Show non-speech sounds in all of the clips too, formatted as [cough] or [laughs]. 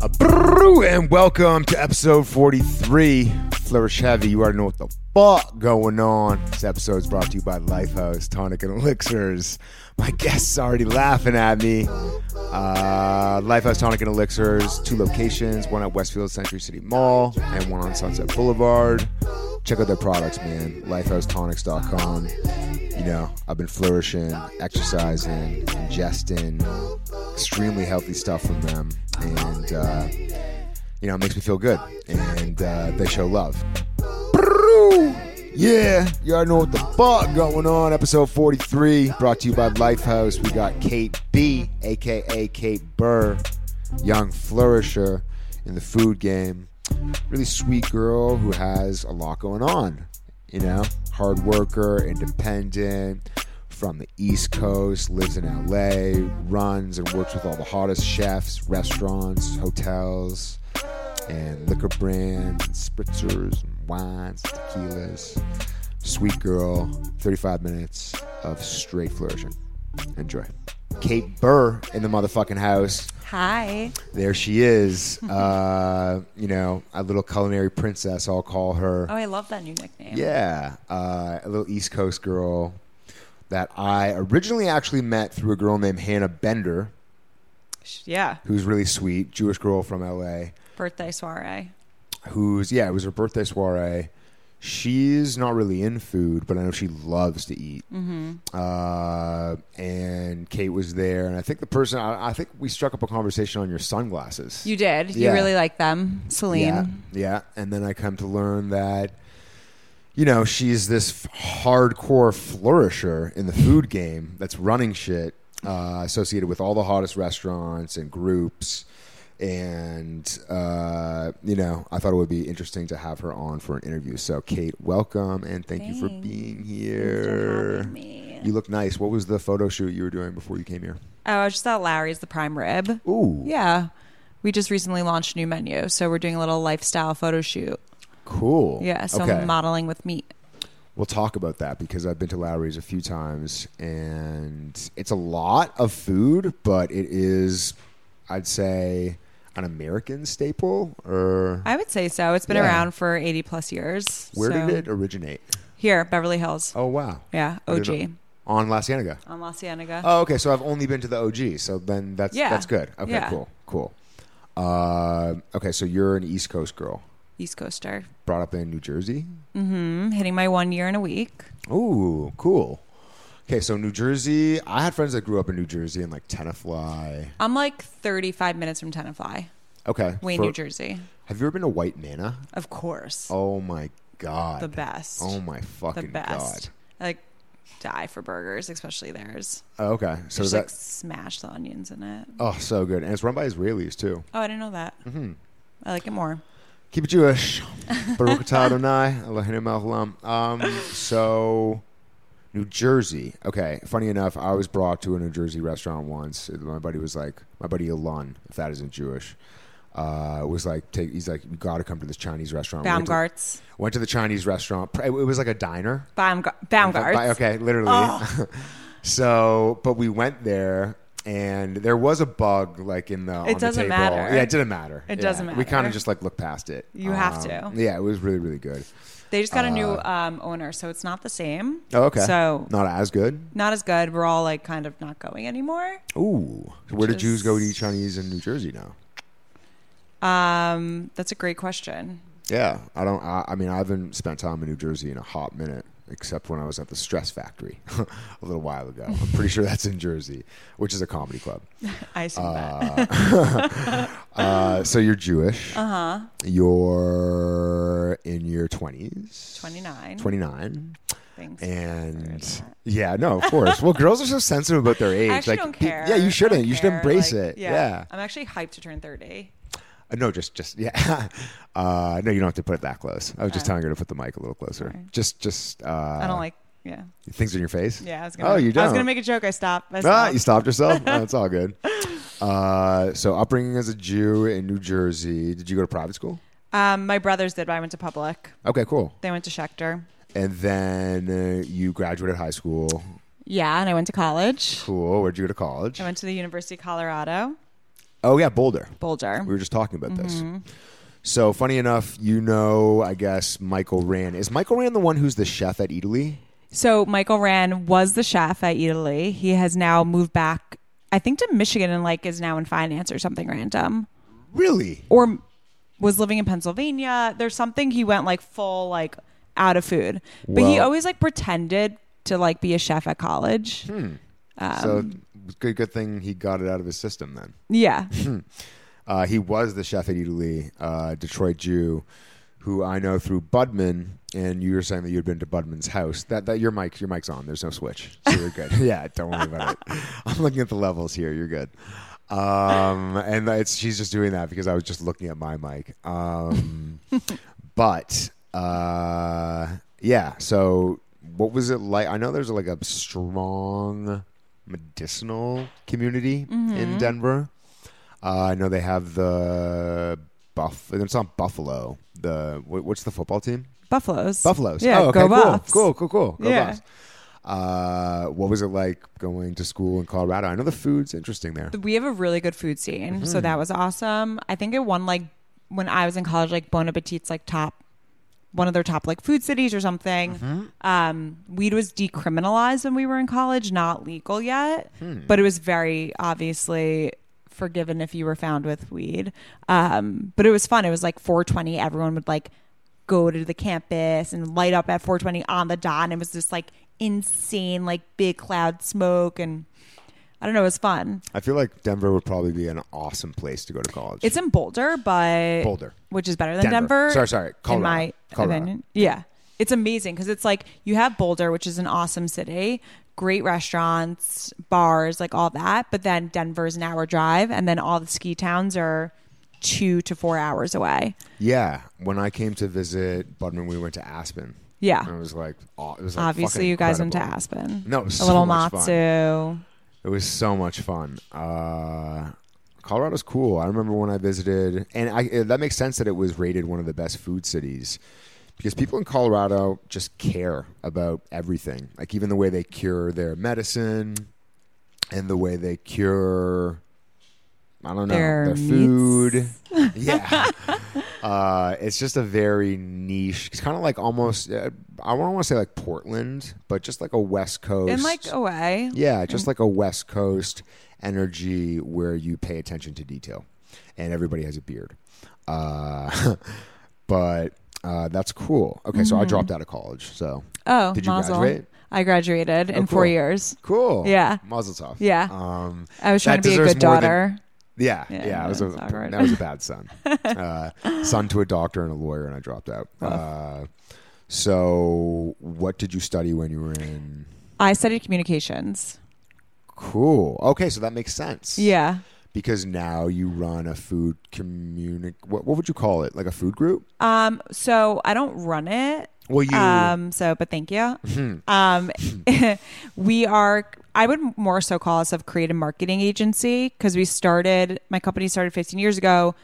A brew and welcome to episode 43. Flourish Heavy, you already know what the fuck going on. This episode is brought to you by Lifehouse Tonic and Elixirs. My guests are already laughing at me. Uh, Lifehouse Tonic and Elixirs, two locations, one at Westfield Century City Mall and one on Sunset Boulevard. Check out their products, man. Lifehousetonics.com. You know, I've been flourishing, exercising, ingesting, extremely healthy stuff from them, and uh, you know it makes me feel good. And uh, they show love. Brrrr. Yeah, you already know what the fuck going on. Episode 43, brought to you by Lifehouse. We got Kate B, aka Kate Burr, young flourisher in the food game. Really sweet girl who has a lot going on. You know, hard worker, independent, from the East Coast, lives in LA, runs and works with all the hottest chefs, restaurants, hotels, and liquor brands, and spritzers, and wines, tequilas. Sweet girl, 35 minutes of straight flourishing. Enjoy. Kate Burr in the motherfucking house. Hi. There she is. Uh, you know, a little culinary princess, I'll call her. Oh, I love that new nickname. Yeah, uh, a little East Coast girl that I originally actually met through a girl named Hannah Bender, Sh- Yeah. who's really sweet, Jewish girl from LA, Birthday soiree. who's, yeah, it was her birthday soiree. She's not really in food, but I know she loves to eat. Mm-hmm. Uh, and Kate was there, and I think the person, I, I think we struck up a conversation on your sunglasses. You did. Yeah. You really like them, Celine. Yeah, yeah. And then I come to learn that, you know, she's this f- hardcore flourisher in the food game that's running shit, uh, associated with all the hottest restaurants and groups. And, uh, you know, I thought it would be interesting to have her on for an interview. So, Kate, welcome and thank you for Thanks. being for here. having me. You look nice. What was the photo shoot you were doing before you came here? Oh, I was just at Larry's, the prime rib. Ooh, Yeah. We just recently launched a new menu, so we're doing a little lifestyle photo shoot. cool. Yeah, so Okay. I'm modeling with meat. We'll talk about that because I've been to Lowry's a few times and it's a lot of food, but it is, I'd say, an American staple. Or I would say so. It's been Yeah. around for 80 plus years. where so- did it originate? Here, Beverly Hills. Oh, wow. Yeah, I didn't OG know. On La Cienega. on La Cienega. Oh, okay. So I've only been to the OG. So then that's Yeah. that's good. Okay, Yeah. cool, cool. Uh, okay, so you're an East Coast girl, East Coaster. brought up in New Jersey. I'm hitting my one year in a week. Ooh, cool. Okay, so New Jersey. I had friends that grew up in New Jersey and like Tenafly. I'm like 35 minutes from Tenafly, Okay, Wayne, for- New Jersey. Have you ever been to White Manna? Of course. Oh my god. the best. Oh my the fucking best. I, like die for burgers, especially theirs. god. Oh, okay. So is Just that like smash the onions in it. Oh, so good. And it's run by Israelis too. Oh, I didn't know that. Mm-hmm. I like it more. Keep it [laughs] Jewish. Baruch atah Adonai, Eloheinu melech haolam. Um so New Jersey. Okay. Funny enough, I was brought to a New Jersey restaurant once. My buddy was like, my buddy Elon, if that isn't Jewish, uh, was like, take, he's like, you got to come to this Chinese restaurant. We went to- Baumgarts. went to the Chinese restaurant. It was like a diner. Baumgar- By- Baumgarts. Okay, literally. Oh. [laughs] so, but we went there, and there was a bug like in the. on the doesn't table. matter. Yeah, it didn't matter. It Yeah. doesn't We kind matter. of just like looked past it. Um, You have to. Yeah, it was really really good. They just got a Uh. new um, owner, so it's not the same. Oh, okay. So not-, not as good. as good. We're all like kind of not going anymore. Ooh, So where do Just- Jews go to eat Chinese in New Jersey now? Um, that's a great question. [laughs] Yeah, I don't. I, I mean, I haven't spent time in New Jersey in a hot minute, except when I was at the Stress Factory [laughs] a little while ago. I'm pretty sure that's in Jersey, which is a comedy club. I assume that. Uh, [laughs] so you're Jewish. Uh Uh-huh. huh. You're in your twenties. 29. Twenty nine. Thanks. And yeah, no, of course. well, girls are so sensitive about their age. I actually like, don't pe- care. Yeah, I you don't shouldn't. You should care. embrace it. Like, Yeah. I'm actually hyped to turn 30. Uh, No, just just yeah. [laughs] uh, no, you don't have to put it that close. I was just Uh, telling her to put the mic a little closer. sorry. Just just. Uh, I don't like, yeah. things in your face. Yeah, I was gonna. Oh, you don't. I was gonna make a joke. I stopped. I Ah, stopped. you stopped yourself. oh, it's all good. Uh, so upbringing as a Jew in New Jersey. Did you go to private school? Um, my brothers did, but I went to public. Okay, cool. They went to Schechter. And then uh, you graduated high school. Yeah, and I went to college. Cool. Where'd you go to college? I went to the University of Colorado. Oh yeah, Boulder. Boulder. We were just talking about this. So funny enough, you know, I guess Michael Rand is Michael Rand the one who's the chef at Eataly. So Michael Rand was the chef at Italy. He has now moved back, I think, to Michigan and like is now in finance or something random, Really? or m- was living in Pennsylvania. There's something he went like full like out of food, but he Well- always like pretended to like be a chef at college. Hmm. so it's good, good thing he got it out of his system then. Yeah, [laughs] Uh, he was the chef at Italy, uh, Detroit Jew, who I know through Budman. And you were saying that you had been to Budman's house. That that your mic, your mic's on. There's no switch, so you're good. yeah, don't worry about it. I'm looking at the levels here. You're good. Um, and it's she's just doing that because I was just looking at my mic. Um, but uh, yeah, so what was it like? I know there's like a strong medicinal community in Denver. Uh, I know they have the buff. It's not Buffalo. The what, what's the football team? buffaloes. Buffaloes. Yeah, oh, okay, go cool. Buffs. cool, cool, cool, Go Yeah. Buffs. Uh, what was it like going to school in Colorado? I know the food's interesting there. we have a really good food scene, so that was awesome. I think it won like when I was in college, like Bon Appetit's like top one of their top like food cities or something. Um, weed was decriminalized when we were in college, not legal yet, but it was very obviously forgiven if you were found with weed. Um, but it was fun. It was like 420. Everyone would like go to the campus and light up at 420 on the dot, and it was just like insane, like big cloud smoke and. I don't know. It was fun. I feel like Denver would probably be an awesome place to go to college. It's in Boulder, but Boulder. which is better than Denver. Denver. Sorry, sorry, Colorado. In my Colorado. opinion, yeah, it's amazing because it's like you have Boulder, which is an awesome city, great restaurants, bars, like all that. But then Denver's an hour drive, and then all the ski towns are two to four hours away. yeah. When I came to visit Budman, we went to Aspen. Yeah. And it was like aw- it was like Obviously, fucking you guys went to incredible. Aspen. No, it was a little so much fun. Matsu. It was so much fun. Uh, Colorado's cool. I remember when I visited, and I, it, that makes sense that it was rated one of the best food cities because people in Colorado just care about everything, like even the way they cure their medicine and the way they cure. I don't know Their their meats. food. [laughs] yeah, uh, it's just a very niche. It's kind of like almost. Uh, I don't want to say like Portland, but just like a West Coast In like away. yeah, just Mm-hmm. like a West Coast energy where you pay attention to detail, and everybody has a beard. Uh, [laughs] but uh, that's cool. Okay, so I Mm-hmm. dropped out of college. So Oh, Did you mazel. graduate? I graduated in Oh, four cool. years. cool. Yeah. Mazel tov. Yeah. Um, I was trying That to be a deserves good more than- daughter. yeah. Yeah, Yeah. I was a, that's awkward. that was a bad [laughs] son. uh, son to a doctor and a lawyer, and I dropped out. Uh, so what did you study when you were in? I studied communications. Cool. Okay, so that makes sense. Yeah. because now you run a food communi what, what would you call it like a food group Um, so I don't run it. well you Um, so but thank you. um, [laughs] we are I would more so call us a creative marketing agency because we started my company started 15 years ago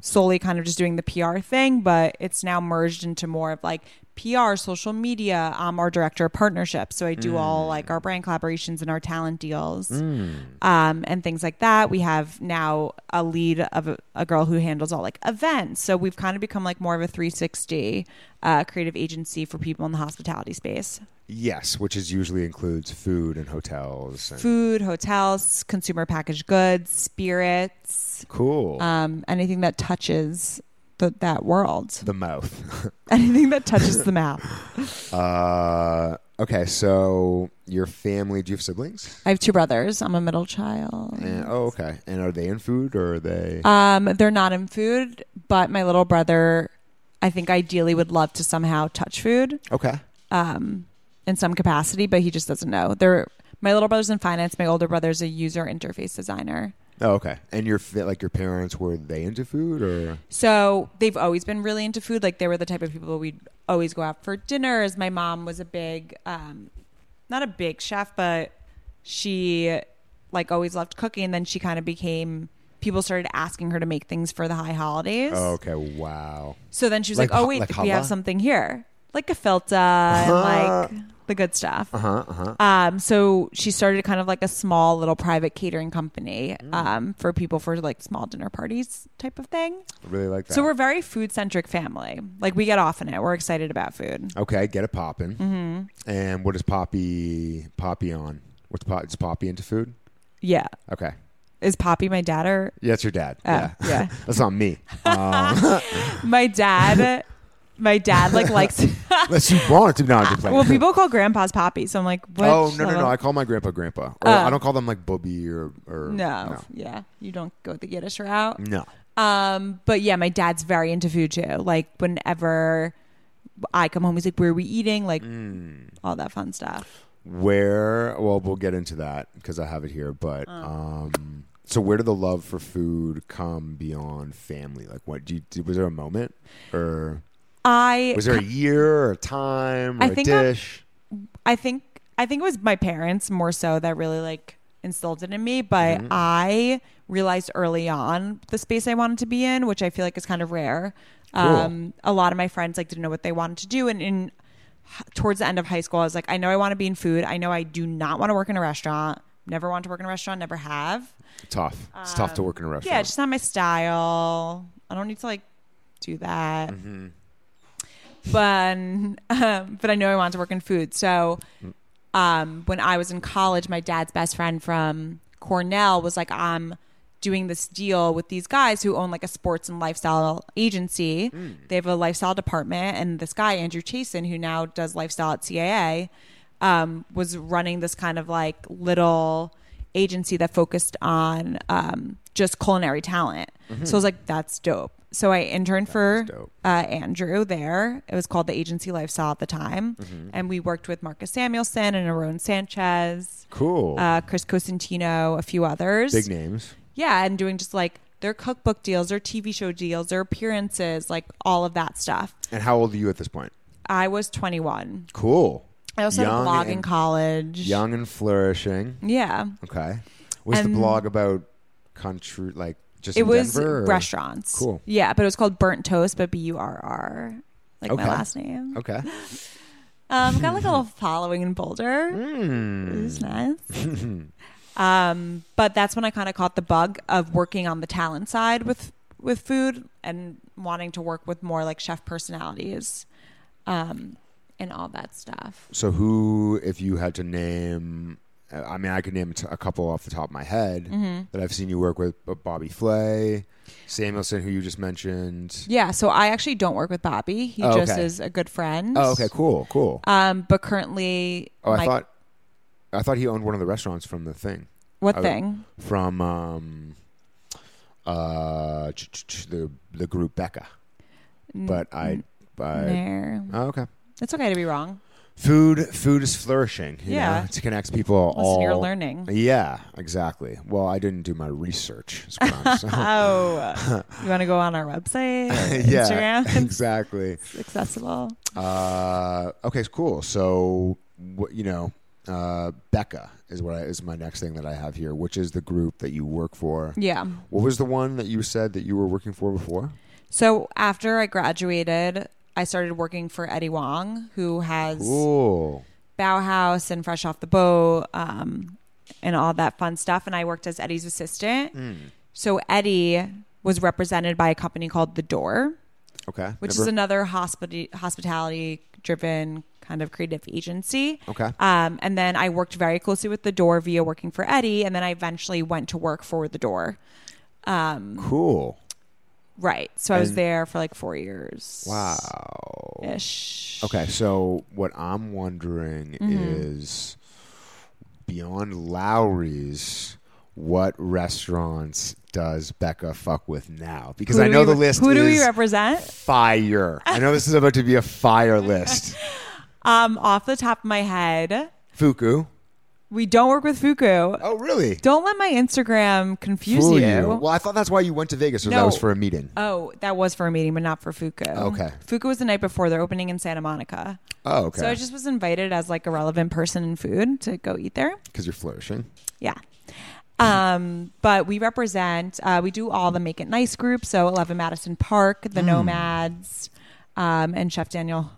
solely kind of just doing the PR thing, but it's now merged into more of like PR, social media. I'm our director of partnerships. So I do all like our brand collaborations and our talent deals Hmm. um, and things like that. We have now a lead of a, a girl who handles all like events. So we've kind of become like more of a 360 uh, creative agency for people in the hospitality space yes which is usually includes food and hotels and food, hotels, consumer packaged goods, spirits, cool um, anything that touches. The, that world, [laughs] the mouth [laughs] anything that touches the mouth. uh okay so your family do you have siblings I have two brothers. I'm a middle child. and, oh okay and are they in food or are they Um, they're not in food, but my little brother, I think ideally would love to somehow touch food okay um, in some capacity, but he just doesn't know. They're my little brother's in finance. My older brother's a user interface designer. oh okay and your fa- like your parents were they into food or So they've always been really into food. Like they were the type of people we'd always go out for dinners. My mom was a big, um, not a big chef, but she like always loved cooking. And then she kind of became. People started asking her to make things for the high holidays. oh, okay wow So then she was Like like, "Oh ho- wait, like we challah? have something here." like gefilte and like the good stuff. Uh-huh, uh-huh. Um, so she started kind of like a small little private catering company Mm. um, for people for like small dinner parties type of thing. I really like that. So we're very food centric family. Like we get off on it. We're excited about food. okay. Get it popping. Mm-hmm. And what is Poppy Poppy on? What's Poppy? Is Poppy into food? Yeah. Okay. Is Poppy my dad or Yeah, it's your dad. Oh, yeah. yeah. That's not me. Um, my dad? my dad like [laughs] likes. unless you want it to. No, I'm just playing. [laughs] well, people call grandpas Poppy, so I'm like, what? [laughs] oh no no level? no! I call my grandpa grandpa. Or Oh. I don't call them like Bubby or or no, yeah, you don't go the Yiddish route. no. Um, but yeah, my dad's very into food too. Like whenever I come home, he's like, "Where are we eating?" Like Hmm. all that fun stuff. Where? Well, we'll get into that because I have it here. But Ah. um, so where did the love for food come beyond family? Like, what? Do you, did, was there a moment, or I was there a year, or a time, or I a think I'm- dish? I think I think it was my parents more so that really like instilled it in me, but Hmm. I realized early on the space I wanted to be in, which I feel like is kind of rare. Um a lot of my friends like didn't know what they wanted to do and in towards the end of high school I was like I know I want to be in food. I know I do not want to work in a restaurant. Never want to work in a restaurant, never have. tough. It's tough to work in a restaurant. Um, Yeah, it's just not my style. I don't need to like do that. But um, but I know I wanted to work in food. So um, when I was in college, my dad's best friend from Cornell was like, I'm doing this deal with these guys who own like a sports and lifestyle agency. They have a lifestyle department, and this guy Andrew Chasen, who now does lifestyle at CAA, um, was running this kind of like little agency that focused on um, just culinary talent. So I was like, that's dope. So I interned for dope. uh, Andrew there. It was called the Agency Lifestyle at the time, Mm-hmm. and we worked with Marcus Samuelson and Aaron Sanchez, cool. uh, Chris Cosentino, a few others. Big names. Yeah, and doing just like their cookbook deals, their TV show deals, their appearances, like all of that stuff. And how old are you at this point? I was 21. Cool. I also had a Young blog in and- college. Young and flourishing. Yeah. Okay. Was the And- blog about country like just Um, It in was Denver, or- restaurants. Cool. Yeah, but it was called Burnt Toast, but B U R R, like Okay. my last name. Okay. Um, got like a little following in Boulder. [laughs] Mm. It Hmm. was nice. um, but that's when I kind of caught the bug of working on the talent side with with food and wanting to work with more like chef personalities, um, and all that stuff. [laughs] So who, if you had to name, I mean, I could name t- a couple off the top of my head Mm. Mm-hmm. that I've seen you work with, but Bobby Flay, Samuelson, who you just mentioned. Yeah. So I actually don't work with Bobby. He Oh, just okay. is a good friend. Oh, okay, cool, cool. Um, but currently, oh, I my- thought, I thought he owned one of the restaurants from the thing, what I- thing? from um, uh, ch- ch- ch- the the group Becca. But I, I Mm-hmm. There. oh, okay. It's okay to be wrong. Food, food is flourishing. You Yeah. know? it connects people Listen, all. you're learning. Yeah, exactly. Well, I didn't do my research. is what [laughs] I'm saying. [laughs] [laughs] Oh, you want to go on our website? yeah, Instagram? exactly. It's accessible. Uh, okay, cool. So, what you know, uh, Becca is what I, is my next thing that I have here, which is the group that you work for. Yeah. What was the one that you said that you were working for before? So after I graduated, I started working for Eddie Wong, who has Cool. Bauhaus and Fresh Off the Boat um, and all that fun stuff. And I worked as Eddie's assistant. So Eddie was represented by a company called The Door. Okay. which is Never- another hospita- hospitality driven kind of creative agency. Okay. Um, and then I worked very closely with The Door via working for Eddie. And then I eventually went to work for The Door. Um, cool. Right. So I was And- there for like four years. Wow. Ish. Okay, so what I'm wondering Mm-hmm. is beyond Lowry's, what restaurants does Becca fuck with now? Because Who I do know we- the list Who do we is represent? fire. I know this is about to be a fire list. [laughs] Um, off the top of my head, Fuku. we don't work with Fuku. Oh, really? Don't let my Instagram confuse Fool you. Well, I thought that's why you went to Vegas, or that No. was for a meeting. Oh, that was for a meeting, but not for Fuku. Okay. Fuku was the night before their opening in Santa Monica. Oh, okay. So I just was invited as like a relevant person in food to go eat there. Because you're flourishing. Yeah. Um, but we represent, uh, we do all the Make It Nice group. So 11 Madison Park, the Nomads, um, and Chef Daniel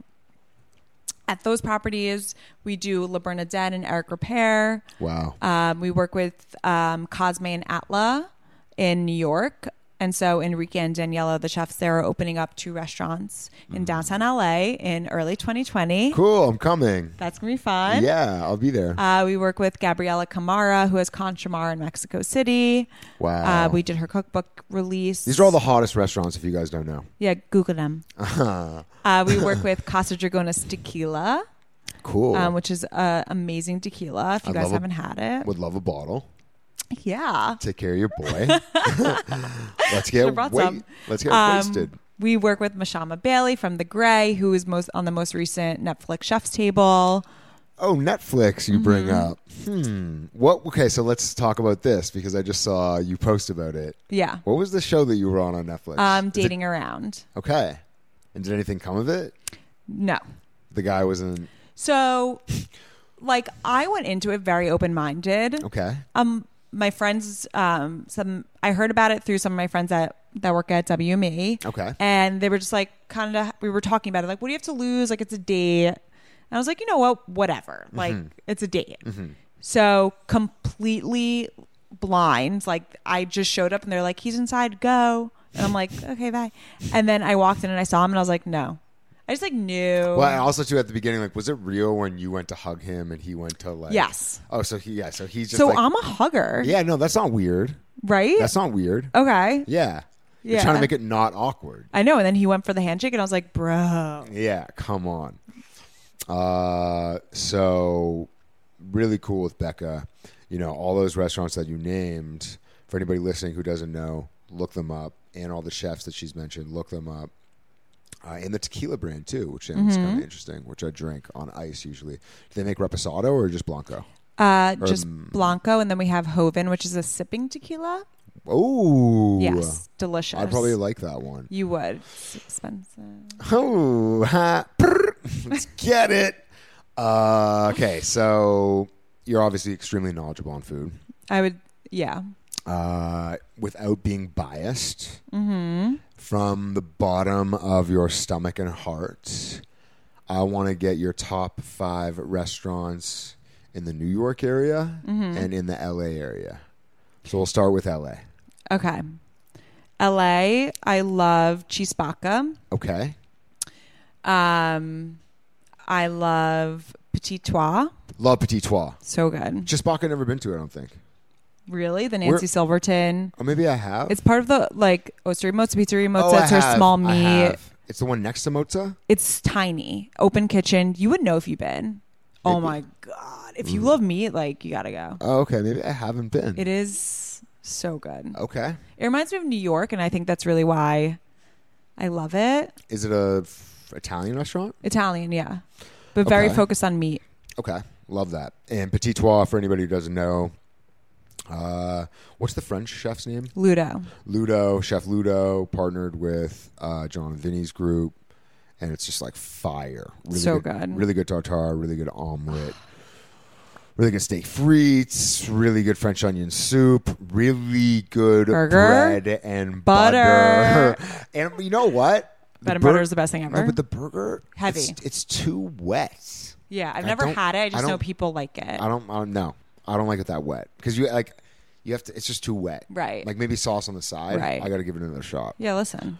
At those properties, we do La Bernadette and Eric Repair. Wow. Um, we work with um, Cosme and Atla in New York. And so Enrique and Daniela, the chefs there, are opening up two restaurants in downtown LA in early 2020. cool. I'm coming. That's going to be fun. Yeah, I'll be there. Uh, we work with Gabriela Camara, who has Conchamar in Mexico City. Wow. Uh, we did her cookbook release. These are all the hottest restaurants, if you guys don't know. Yeah, [laughs] Google them. Uh, we work with Casa Dragona's Tequila, Cool. um, which is uh, amazing tequila. If you I guys love a- haven't had it, Would love a bottle. yeah. Take care of your [laughs] boy. [laughs] let's get Should've brought wa- some. let's get Um, wasted. We work with Mashama Bailey from The Gray, who is most on the most recent Netflix Chef's Table. Oh, Netflix, you bring mm-hmm. up. Hmm. What? Okay, so let's talk about this because I just saw you post about it. Yeah, What was the show that you were on on Netflix? um, Is it- dating around. okay. And did anything come of it? No, The guy was in. so like I went into it very open minded. Okay. Um, my friends, um, some I heard about it through some of my friends that that work at WME. Okay. and they were just like kind of we were talking about it like what do you have to lose like it's a date and i was like you know what whatever Mm-hmm. like it's a date so completely blind like i just showed up and they're like he's inside go and i'm like okay bye and then i walked in and i saw him and i was like no i just like knew Well, I also too at the beginning, like, was it real when you went to hug him and he went to like? Yes. Oh, so he yeah, so he's just so like, i'm a hugger yeah, no, that's not weird. right That's not weird. okay Yeah. You're Oh. Yeah. trying to make it not awkward. i know and then he went for the handshake and i was like bro Yeah, come on. Uh, so really cool with Becca. You know, all those restaurants that you named, for anybody listening who doesn't know, look them up. And all the chefs that she's mentioned, look them up. Uh, and the tequila brand too, which sounds kind Mm-hmm. of interesting, which I drink on ice usually. Do they make reposado or just blanco? uh just mm. blanco and then we have hoven which is a sipping tequila Oh, yes delicious I'd probably like that one. You would. It's expensive. Oh, ha, prr, let's get it. Uh, okay, so you're obviously extremely knowledgeable on food I would. Yeah. uh, without being biased from the bottom of your stomach and heart. I want to get your top five restaurants in the New York area and in the LA area. So we'll start with LA. Okay. L.A. I love Chispaca. Okay. Um, I love Petit Trois. La Petite Trois. So good. Chispaca, never been to, I don't think. Really, the Where- Nancy Silverton. Or maybe I have. It's part of the like Osteria Mozza Pizzeria Mozza. Oh, I it's her have. small I meat. have. It's the one next to Mozza. It's tiny, open kitchen. You would know if you've been. Oh Maybe. my god! If Mm. you love meat, like you gotta go. Oh, okay. Maybe I haven't been. It is so good. Okay. It reminds me of New York, and I think that's really why I love it. Is it a f- Italian restaurant? Italian, yeah, but very Okay. focused on meat. Okay, love that. And Petit Trois for anybody who doesn't know. Uh, what's the French chef's name? Ludo, Ludo, Chef Ludo, partnered with uh, John and Vinny's group, and it's just like fire. Really So good. Really good tartare. Really good omelet. Really good steak frites. Really good French onion soup. Really good Burger. bread and butter. Butter. [laughs] And you know what? The bread and bur- butter is the best thing No, ever. but the burger Heavy. It's, it's too wet. yeah, I've I never don't- had it. I I just don't- know people like it. I don't. I don't know. I don't like it that wet because you like you have to. It's just too wet. Right. Like maybe sauce on the side. Right. I got to give it another shot. yeah, listen.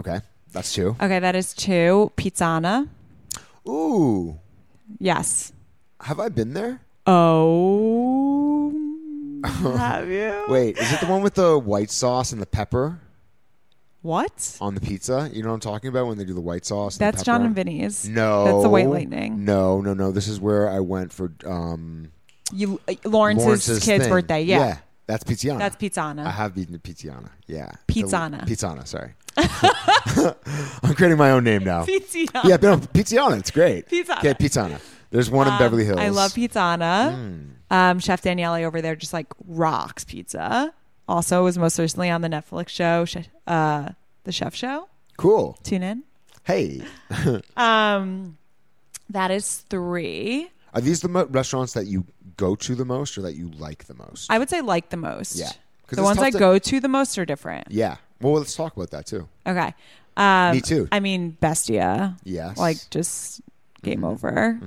Okay. That's two. Okay, that is two. Pizzana, Ooh. yes. Have I been there? Oh, [laughs] have you? Wait. Is it the one with the white sauce and the pepper What? on the pizza? You know what I'm talking about when they do the white sauce. and the That's John pepper? and Vinny's. No. That's the White Lightning. No, no, no. This is where I went for um You, uh, Lawrence's, Lawrence's kid's thing. Uh-huh. birthday. Yeah, That's Pizziana. that's Pizzana. I [laughs] have been to Pizziana. Yeah. Pizzana. Pizzana, sorry. [laughs] I'm creating my own name now. Pizzana. yeah, no, Pizziana. It's great. Pizzana. Yeah, Pizzana. There's one in Beverly Hills. Um, Hmm. I love Pizzana. Um, Chef Daniele over there just like rocks pizza. Also was most recently on the Netflix show, Sh- uh, The Chef Show. Cool. Tune in. Hey, Um, that is three. are these the mo- restaurants that you go to the most, or that you like the most? I would say like the most. Yeah. 'Cause The it's ones tough I to- go to the most are different. yeah. Well, let's talk about that too. Okay. Um, Me too. I mean, Bestia. Yes. Mm-hmm. Like just game over.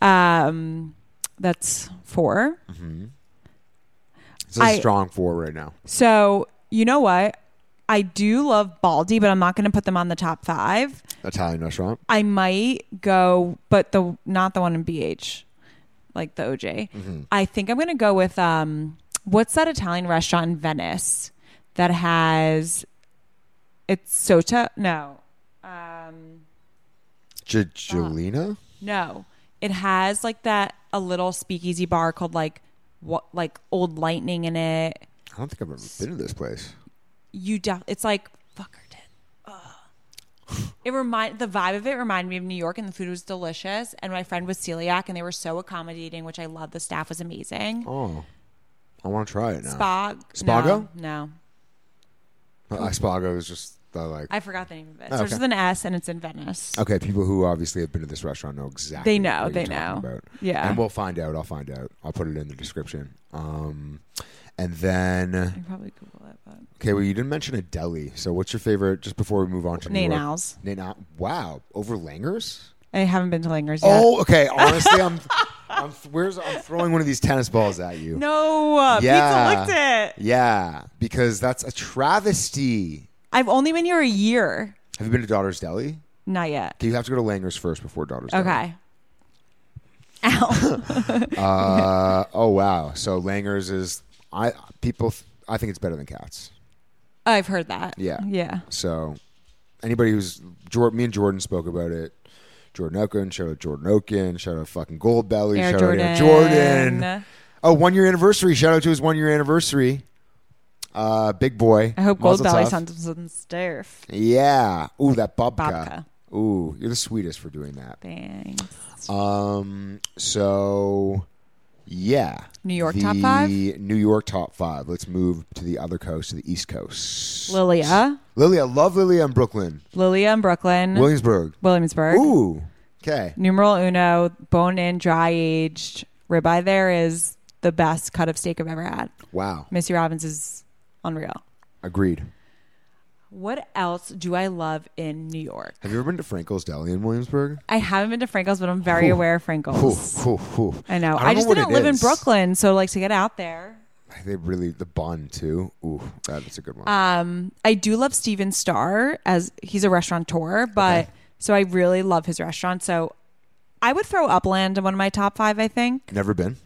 Um, that's four. It's a I- strong four right now. So you know what? I do love Baldy, but I'm not going to put them on the top five. Italian restaurant. I might go, but the not the one in BH, like the OJ. I think I'm going to go with um, what's that Italian restaurant in Venice that has it's Sota? No, um, Uh, Jajolina? no, it has like that a little speakeasy bar called like what like Old Lightning in it. I don't think I've ever been to this place. you def- it's like fuckerton. Ugh. It remind the vibe of it reminded me of New York, and the food was delicious. And my friend was celiac, and they were so accommodating, which I love. The staff was amazing. Oh, I want to try it now. Spag Spago? No, no, Uh, Spago is just the like. I forgot the name of it. Oh, Starts okay. Oh. with an S, and it's in Venice. okay, people who obviously have been to this restaurant know exactly. They know, what you're they talking know. About. Yeah. and we'll find out. I'll find out. I'll put it in the description. Um, and then I probably Google it, but okay, well, you didn't mention a deli. So, what's your favorite? Just before we move on to New Nate York, Owls. Nate Al- Wow, over Langers. I haven't been to Lingers yet. Oh, [laughs] okay. Honestly, I'm. I'm where's I'm throwing one of these tennis balls at you. No, uh, Yeah. pizza licked it. Yeah, because that's a travesty. I've only been here a year, Have you been to Daughter's Deli? not yet. You have to go to Langer's first before Daughter's Deli. Okay. Ow. [laughs] Uh, [laughs] oh wow. So Langer's is I people I think it's better than Cats. I've heard that. Yeah. Yeah. So anybody who's Jor- me and Jordan spoke about it. Jordan Oaken, shout out Jordan Oaken, shout out fucking Gold Belly, Air shout Jordan. out Air Jordan. Oh, one year anniversary. Shout out to his one year anniversary. Uh, big boy. I hope Mazel Goldbelly tov. sent him some staff. Yeah. Ooh, that babka. Babka. Ooh, you're the sweetest for doing that. Thanks. Um. So, yeah. New York The top five? New York top five. Let's move to the other coast, to the East Coast. Lilia. Lilia, love Lilia in Brooklyn, Lilia in Brooklyn. Williamsburg. Williamsburg. Ooh. Okay. Numeral uno, bone in, dry aged. Ribeye there is the best cut of steak I've ever had. Wow. Missy Robbins is unreal. Agreed. What else do I love in New York? Have you ever been to Frankel's Deli in Williamsburg? I haven't been to Frankel's, but I'm very Ooh. aware of Ooh, Frankel's. ooh, ooh. I know. I don't I, just know what didn't it live in is. Brooklyn, so like to get out there. They really the bun too. Ooh, that is a good one. Um, I do love Steven Starr as he's a restaurateur, but Okay. so I really love his restaurant. So I would throw Upland in one of my top five, I think. Never been.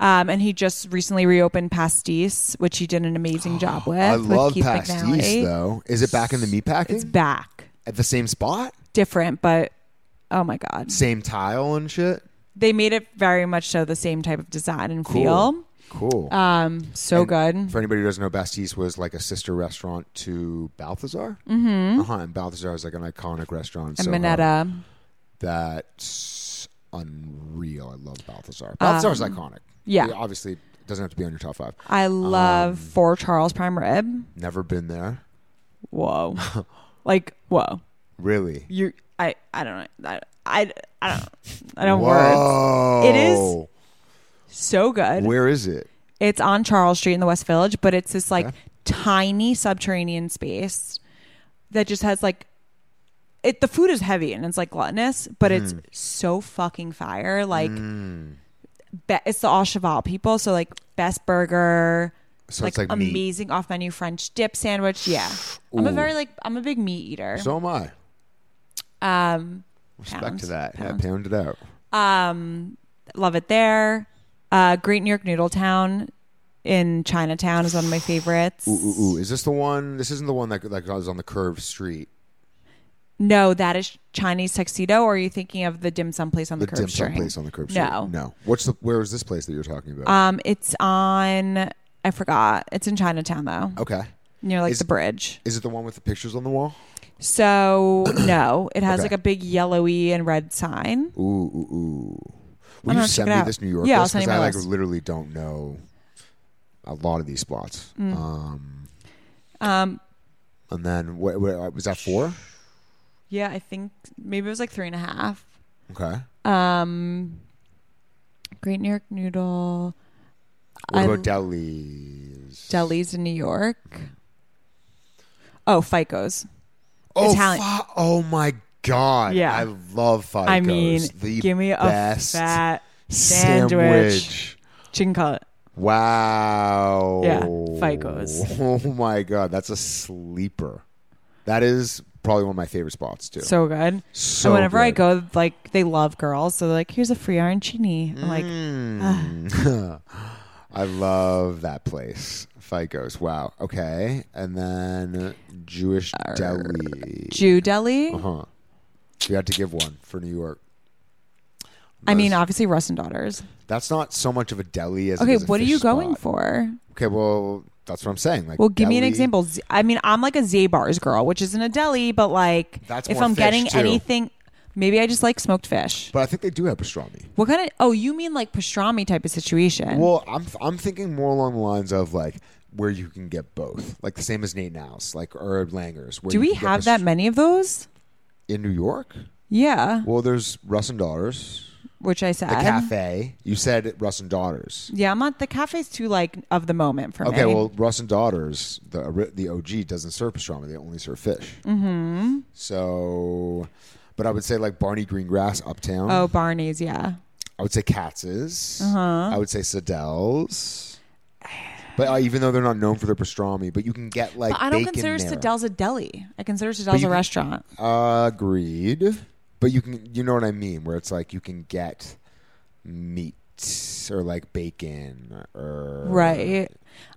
Um, and he just recently reopened Pastis, which he did an [gasps] amazing job with. I with love Keith pastis McNally. though. Is it back in the meatpacking? It's back, At the same spot, different, but oh my god, same tile and shit. they made it very much so the same type of design and Cool. feel. Cool. Um, so And good. For anybody who doesn't know, Bastis was like a sister restaurant to Balthazar. Mm-hmm. Uh-huh. And Balthazar is like an iconic restaurant. in and Soho Minetta. That's unreal. I love Balthazar. Balthazar's iconic. Um, yeah. It obviously, doesn't have to be on your top five. I love Um, Four Charles Prime Rib. Never been there. [laughs] Whoa, like whoa. Really? you I I don't know. I I, I don't I don't words. Whoa. It is- So good. Where is it? It's on Charles Street in the West Village, but it's this like Okay. tiny subterranean space that just has like it the food is heavy and it's like gluttonous, but Hmm. it's so fucking fire. Like be, it's the all cheval people, so like best burger So it's like meat. amazing off menu French dip sandwich. Yeah. I'm a Ooh. very like I'm a big meat eater. So am I. um Respect Pounds. to that. Pounds. Yeah, pound it out. Um, love it there. Uh, Great New York Noodle Town in Chinatown is one of my favorites. Ooh, ooh, ooh. Is this the one? This isn't the one that like was on the curved street. No, that is Chinese tuxedo. Or are you thinking of the dim sum place on the, The curb dim sum string? place on the curb No. street. No. What's the? Where is this place that you're talking about? Um, it's on. I forgot. It's in Chinatown though, okay. near like is- the bridge. Is it the one with the pictures on the wall? [clears throat] So no, it has Okay. like a big yellowy and red sign. Ooh, ooh, ooh. Will I'm you gonna send check it me out. this New York Yeah, I'll list? send you I my like list. literally don't know a lot of these spots. Um, Mm. Um, and then what, what was that four? yeah, I think maybe it was like three and a half. Okay. Um, Great New York Noodle. What I about delis? delis in New York. Oh, FICO's. Oh, Italian- fu- oh my god! Yeah. I love Five I mean, Guys. the give me a best fat sandwich. sandwich. Chicken cutlet. Wow. Yeah, Fico's. [laughs] Oh my god, that's a sleeper. That is probably one of my favorite spots too. So good. So and whenever I good. go, like they love girls, so they're like, "Here's a free arancini." I'm like, uh. Mm. [laughs] I love that place. Fico's. Wow. Okay. And then Jewish Deli. Jew Deli. Uh huh. You had to give one for New York. I mean, obviously Russ and Daughters. That's not so much of a deli as it Okay, is a what are fish you going spot. for? Okay, well, that's what I'm saying. Like, Well, give me an deli- example. Z- I mean, I'm like a Z bars girl, which isn't a deli, but like That's if more I'm fish, getting too. anything, maybe I just like smoked fish. But I think they do have pastrami. What kind of? Oh, you mean like pastrami type of situation? Well, I'm I'm thinking more along the lines of like where you can get both, like the same as Nate Now's, like or Langer's. Where Do you we can get have pastr- that many of those? in New York? Yeah, Well, there's Russ and Daughters, which I the said. cafe. You said Russ and Daughters. Yeah, I'm not. The cafe's too like of the moment for me. Okay, well, Russ and Daughters, the ori- the OG doesn't serve pastrami; they only serve fish. Mm-hmm. So, but I would say like Barney Greengrass Uptown. Oh, Barney's. Yeah. I would say Katz's. Uh-huh. I would say Sedell's. But uh, even though they're not known for their pastrami, but you can get like But I don't bacon consider there. Sedell's a deli. I consider Sedell's you can- a restaurant. Agreed. But you can, you know what I mean, where it's like you can get meat or like bacon or Right.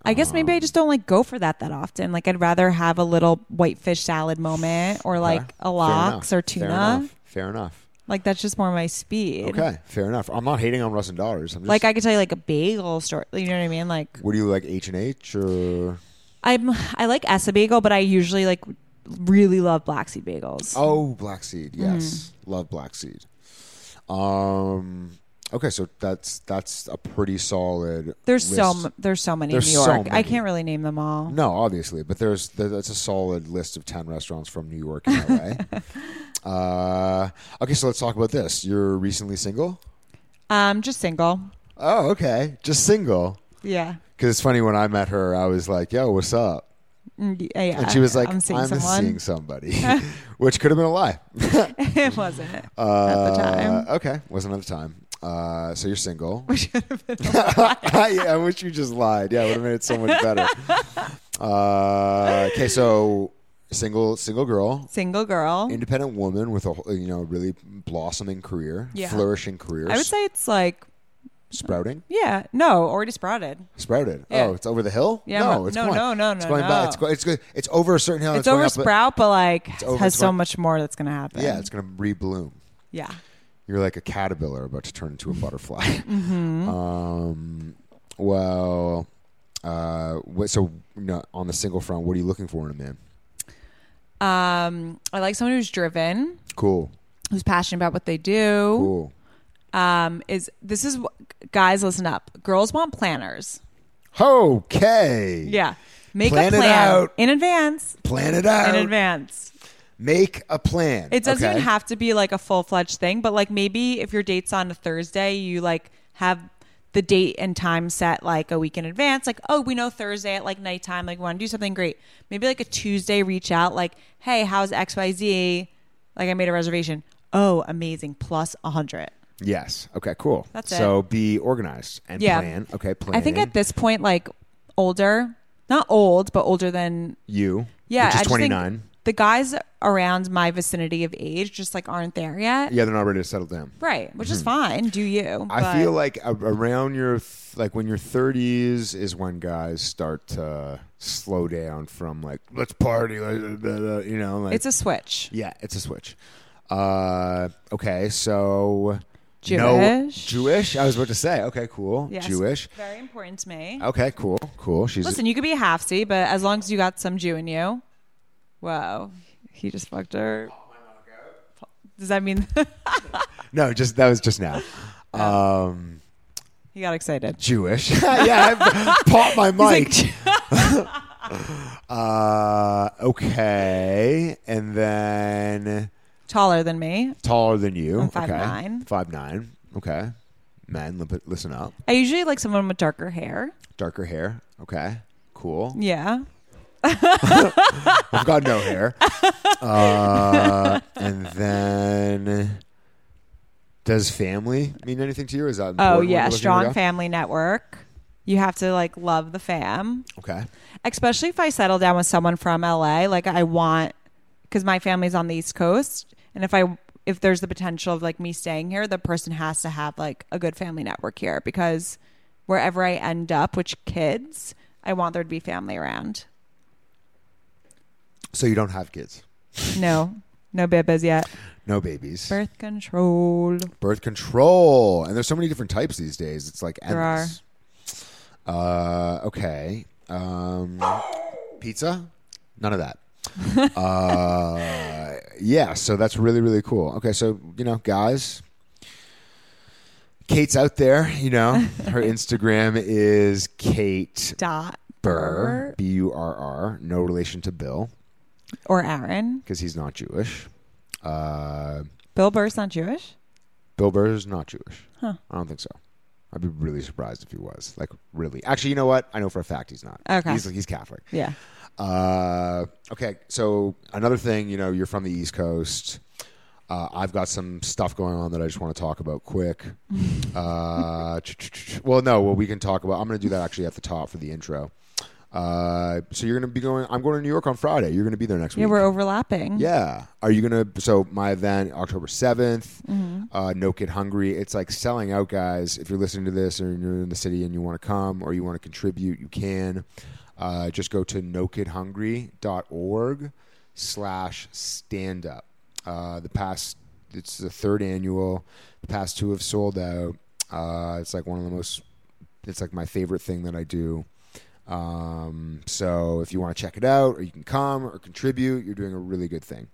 I guess maybe Um, I just don't like go for that that often. Like I'd rather have a little whitefish salad moment or Okay. like a Fair lox enough. or Fair tuna. enough. Fair enough. Like that's just more my speed. Okay, fair enough. I'm not hating on Russ and Dollars. I'm just, Like I could tell you like a bagel store. You know what I mean? Like what do you like H and H or? I'm I like Essa bagel, but I usually like really love black seed Mm. bagels. Oh, Black Seed. Yes, love Black Seed. Um. Okay, so that's that's a pretty solid. there's so list. m- there's so many There's in New so York. I many. can't really name them all. No, obviously, but there's there, that's a solid list of ten restaurants from New York and [laughs] LA. uh, okay, so let's talk about this. You're recently single. Um, just single. Oh, okay, just single. Yeah. Because it's funny when I met her, I was like, "Yo, what's up?" Mm, y- yeah. And she was like, I'm seeing someone. [laughs] seeing somebody," [laughs] which could have been a lie. [laughs] it [laughs] wasn't. Uh, time. Okay, wasn't at the time. Uh, so you're single. [laughs] yeah, I wish you just lied. Yeah, it would have made it so much better. Uh, okay, so single, single girl, Single girl. independent woman with a wh- you know really blossoming career, Yeah. flourishing career. I would say it's like sprouting, yeah, no, already sprouted. sprouted. Yeah. Oh, it's over the hill. Yeah, no, but- it's no, going, no, no, it's no, going by. no. It's, go, it's good. Oh, It's over a certain hill. and It's, going over up a- sprout, but like over- has it's so going- much more that's gonna happen. yeah, it's going to rebloom. yeah. You're like a caterpillar about to turn into a [laughs] butterfly. Mm-hmm. Um, well, uh, what, so no, on the single front, what are you looking for in a man? Um, I like someone who's driven, Cool, who's passionate about what they do. cool, Um, is this is wh- guys listen up? Girls want planners. okay. Yeah, make Plan a it plan out. in advance. plan it out. In advance, Make a plan. it doesn't okay? even have to be like a full fledged thing, but like maybe if your date's on a Thursday, you like have the date and time set like a week in advance. Like, oh, we know Thursday at like nighttime. Like, want to do something great? Maybe like a Tuesday, reach out like, hey, how's X Y Z? Like, I made a reservation. Oh, amazing! Plus a hundred. Yes. Okay. Cool. That's so be organized and Yeah. plan. Okay. Plan. I think at this point, like older, not old, but older than you. Which yeah. I is just think twenty nine. The guys around my vicinity of age just like aren't there yet. Yeah, they're not ready to settle down. Right, which is fine. Do you? but- I feel like a- around your th- like when your thirties is when guys start to slow down from like let's party, like, blah, blah, blah, you know. Like, it's a switch. yeah, it's a switch. Uh, okay, so no, Jewish? Jewish. I was about to say. Okay, cool. Yes. Jewish. Very important to me. Okay, cool, cool. She's Listen, you could be a halfsy, but as long as you got some Jew in you. Whoa, he just fucked her. Does that mean [laughs] no, just that was just now. Oh. Um, he got excited? Jewish. [laughs] yeah, I popped my mic. [laughs] He's like, uh, okay, and then. taller than me. taller than you. I'm 5'9". okay. Five nine. Okay. Men, li- listen up. I usually like someone with darker hair. Darker hair. Okay. Cool. Yeah. I've got no hair. Uh, and then, does family mean anything to you? Is that important Oh when yeah, you're looking to strong go? family network. You have to like love the fam, Okay, especially if I settle down with someone from LA. Like I want, because my family's on the East Coast, and if I if there's the potential of like me staying here, the person has to have like a good family network here because wherever I end up, which kids, I want there to be family around. so you don't have kids, No, no bibas yet. no babies, birth, Birth control. control, and there's so many different types these days. It's like There are. endless. Uh, okay, um, pizza, none of [laughs] that. uh, yeah, so that's really really cool. Okay, so you know, guys, Kate's out there. You [laughs] know, her Instagram is Kate Dot Burr B U R R. No relation to Bill or Aaron. because he's not Jewish. Uh, Bill Burr's not Jewish. Bill Burr is not Jewish. Huh. I don't think so. I'd be really surprised if he was. Like, really. Actually, you know what? I know for a fact he's not. Okay. He's, he's Catholic. Yeah. Uh, okay, so another thing, you know, you're from the East Coast. Uh, I've got some stuff going on that I just want to talk about [laughs] quick. uh, ch- ch- ch- well, no, well, we can talk about. I'm going to do that actually at the top for the intro. Uh, so you're going to be going. I'm going to New York on Friday. You're going to be there next Yeah, week. we're overlapping. Yeah. Are you gonna? So my event October 7th Uh, no kid hungry. It's like selling out, guys. If you're listening to this, or you're in the city and you want to come, or you want to contribute, you can. Uh, just go to nokidhungry.org slash stand up. Uh, the past, it's the third annual. The past two have sold out. Uh, it's like one of the most. It's like my favorite thing that I do. Um, so if you want to check it out, or you can come or contribute, you're doing a really good thing.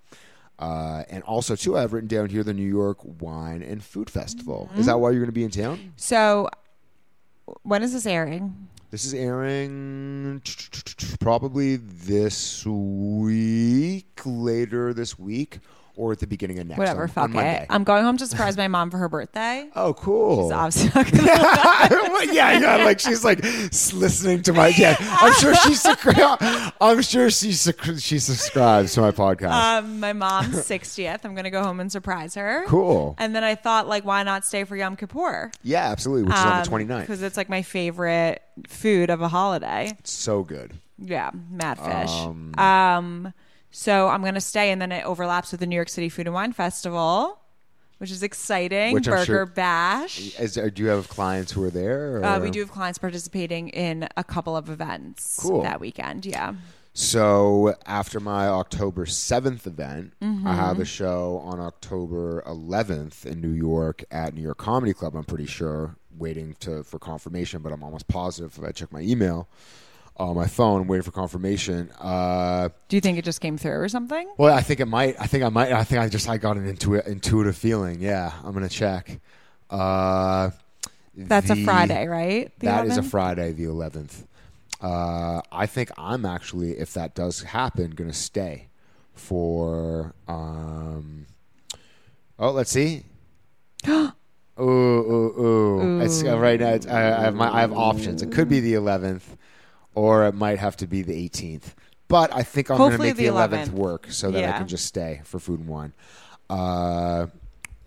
Uh, and also, too, I've written down here the New York Wine and Food Festival. Is Mm-hmm. that why you're going to be in town? So when is this airing? This is airing probably this week, later this week, or at the beginning of next. Whatever, on, fuck on it. Monday. I'm going home to surprise my mom for her [laughs] birthday. Oh, cool. It's obviously not gonna- [laughs] [laughs] yeah, yeah. Like she's like s- listening to my. Yeah, I'm sure she's. subscri- I'm sure she subscri- she subscribes to my podcast. um, my mom's 60th. I'm going to go home and surprise her. cool. And then I thought, like, why not stay for Yom Kippur? Yeah, absolutely. Which um, is on the 29th. Because it's like my favorite food of a holiday. It's so good. Yeah, mad fish. Um, so I'm going to stay, and then it overlaps with the New York City Food and Wine Festival, which is exciting. Which I'm Burger sure- Bash. Is there, do you have clients who are there? Or? Uh, we do have clients participating in a couple of events Cool. that weekend. Yeah. So after my October 7th event, Mm-hmm. I have a show on October 11th in New York at New York Comedy Club. I'm pretty sure, waiting to for confirmation, but I'm almost positive. If I check my email on my phone, waiting for confirmation. Uh, Do you think it just came through or something? Well, I think it might. I think I might. I think I just I got an intu- intuitive feeling. Yeah, I'm gonna check. Uh, That's the- a Friday, right? The That is a 11th? Friday, the 11th. Uh, I think I'm actually, if that does happen, gonna stay for. Um, oh, let's [gasps] see. ooh, ooh, ooh! It's uh, right now. It's, I, I have my I have options. It could be the 11th, or it might have to be the 18th. But I think I'm gonna Hopefully make the the 11th 11th. work so that I Yeah. can just stay for food and wine. Uh,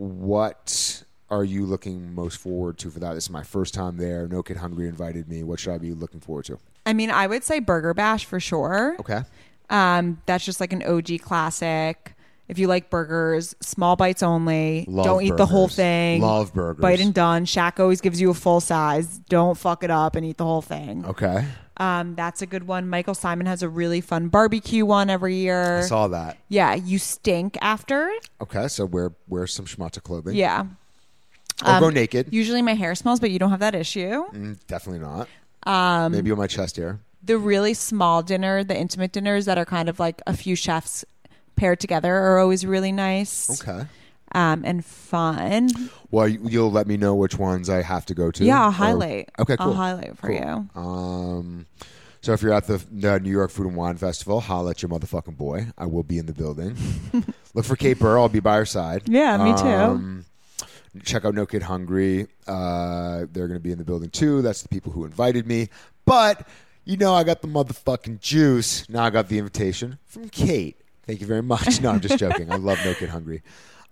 what are you looking most forward to for that? This is my first time there. No Kid Hungry invited me. What should I be looking forward to? I mean, I would say Burger Bash for sure. Okay. Um, that's just like an OG classic. If you like burgers, small bites only. Love Don't eat the whole burgers. thing. Love burgers. Bite and done. Shaq always gives you a full size. Don't fuck it up and eat the whole thing. Okay. Um, that's a good one. Michael Simon has a really fun barbecue one every year. I saw that. yeah, you stink after. Okay, so wear wear some schmata clothing. Yeah. um, Or go naked. Usually my hair smells, but you don't have that issue. Mm, Definitely not. Um, Maybe on my chest here. The really small dinner, the intimate dinners that are kind of like a few chefs paired together are always really nice Okay. um, and fun. Well, you- you'll let me know which ones I have to go to. yeah, I'll or- highlight. Oh. okay, cool. I'll highlight for Cool. you. Um, so if you're at the, the New York Food and Wine Festival, holla at your motherfucking boy. I will be in the [laughs] building. Look for Kate Burr. I'll be by her side. Yeah, me too. too. Check out No Kid Hungry. Uh, they're going to be in the building too. That's the people who invited me. But You know, I got the motherfucking juice. Now I got the invitation from Kate. Thank you very much. No, I'm just joking. I love No Kid Hungry.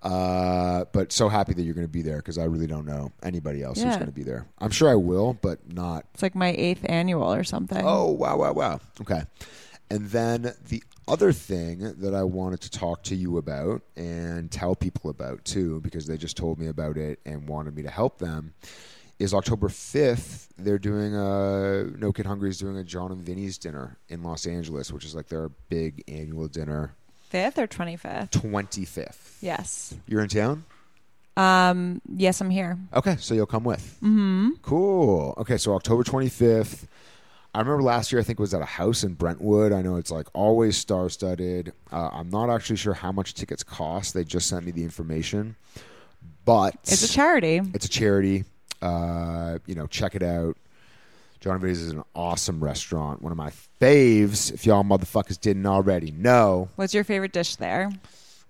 Uh, but so happy that you're going to be there because I really don't know anybody else who's Yeah. going to be there. I'm sure I will, but not. It's like my eighth annual or something. Oh, wow, wow, wow. Okay. And then the other thing that I wanted to talk to you about and tell people about too, because they just told me about it and wanted me to help them, is October 5th. They're doing a No Kid Hungry is doing a John and Vinny's dinner in Los Angeles, which is like their big annual dinner. Fifth or twenty fifth? 25th. Yes. You're in town? Um. Yes, I'm here. Okay, so you'll come with. Mm-hmm. Cool. Okay, so October 25th. I remember last year, I think it was at a house in Brentwood. I know it's like always star studded. Uh, I'm not actually sure how much tickets cost. They just sent me the information. But It's a charity. it's a charity. Uh, you know, check it out. John Vinny's is an awesome restaurant. One of my faves. If y'all motherfuckers didn't already know, What's your favorite dish there?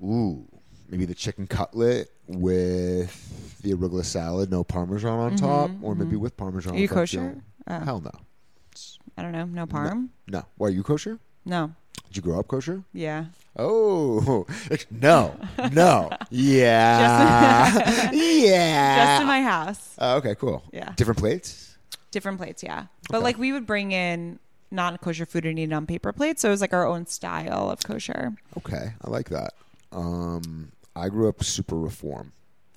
Ooh, maybe the chicken cutlet with the arugula salad, no parmesan on top, or maybe with parmesan. Mm-hmm, Are you if I'm kosher? feeling- Oh. Hell no, I don't know. No parm. no. Why are you kosher? No. Did you grow up kosher? Yeah. [laughs] Oh no, no, [laughs] yeah, yeah. Just in my house. Oh, okay, cool. Yeah. different plates. Different plates. Yeah. But Okay. like we would bring in non kosher food and eat it on paper plates, so it was like our own style of kosher. Okay, I like that. Um, I grew up super reform,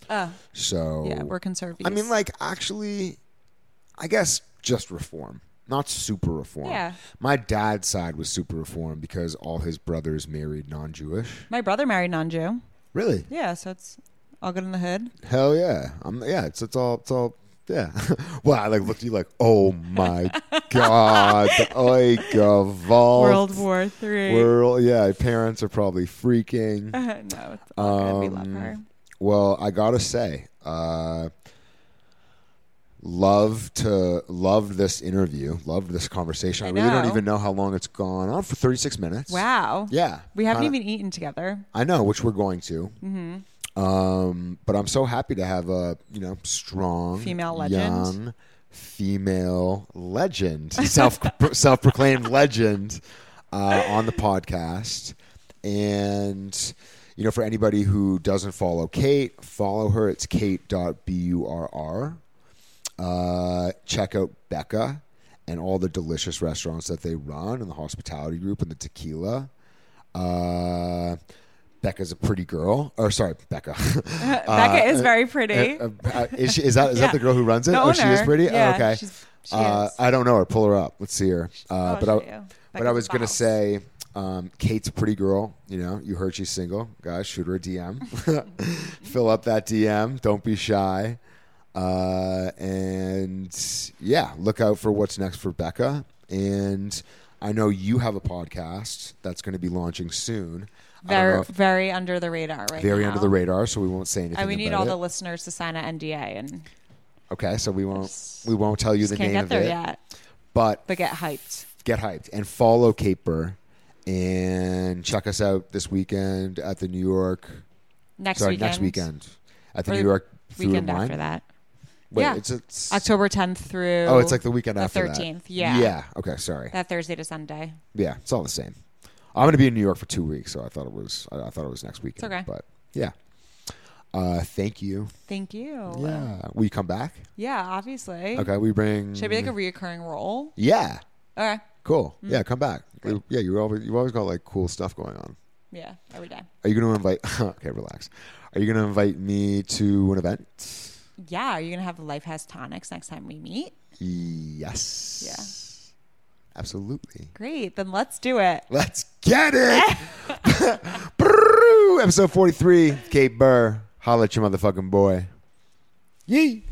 Oh. so Yeah, we're conservative. I mean, like, actually, I guess just reform, not super reform. Yeah. My dad's side was super reform because all his brothers married non Jewish. my brother married non Jew. Really? Yeah, so it's all good in the hood. Hell yeah. I'm, yeah, it's, it's all, it's all, yeah. [laughs] well, I like looked at you like, oh [laughs] my God. Oy, gavalt. World War Three. World, yeah, parents are probably freaking. [laughs] no, it's all good. We Um, love her. Well, I gotta say, uh, love to loved this interview, loved this conversation. I, I really don't know. even know how long it's gone on for. Thirty six minutes. Wow. Yeah, We haven't kinda- even eaten together. [laughs] I know, which we're going to. Mm-hmm. Um, but I'm so happy to have a you know strong Female legend. young female legend, [laughs] self self proclaimed legend uh, on the podcast. And you know, for anybody who doesn't follow Kate, follow her. It's kate.burr. Uh, check out Becca and all the delicious restaurants that they run and the hospitality group and the tequila. Uh, Becca's a pretty girl. Or sorry, Becca. [laughs] Becca is uh, very pretty. Uh, uh, is, she, is that is that the [laughs] Yeah. girl who runs it? The oh, she is owner. pretty. Yeah, oh, okay. she's- she uh, is. I don't know her. Pull her up. Let's see her. Uh, I'll but show I, you. but I Becca's was gonna boss. say, um, Kate's a pretty girl. You know, you heard she's single. Guys, shoot her a DM. [laughs] Fill up that DM. Don't be shy. Uh, and yeah, look out for what's next for Becca. And I know you have a podcast that's going to be launching soon. I don't know Very, if- very under the radar right very now. under the radar, so we won't say anything. And we need about all it. the listeners to sign an NDA and Okay, so we won't Just- we won't tell you the just can't name get of there it, yet, but but get hyped. get hyped and follow Kate Burr and check us out this weekend at the New York. Next sorry, weekend. next weekend at the Or New the York Food Weekend and Wine. after that. Wait, Yeah. it's, it's October 10th through. oh, it's like the weekend the after that. 13th, yeah. Yeah. Okay. Sorry. that Thursday to Sunday. Yeah, it's all the same. I'm going to be in New York for two weeks, so I thought it was I I thought it was next weekend. okay. But yeah. Uh, thank you. Thank you. Yeah. Will you come back? Oh, Yeah, obviously. Okay. We bring. Should it be like a reoccurring role? Yeah. Okay. Cool. Yeah, come back. You- Yeah, you always you've always got like cool stuff going on. Yeah, every day. Are you going to invite? [laughs] okay, relax. Are you going to invite me to an event? Yeah, are you going to have Life Has Tonics next time we meet? Yes. Yeah. Absolutely. Great, then let's do it. Let's get it. Brrrr. Episode forty three. Kate Burr. Holla at your motherfucking boy. Yee.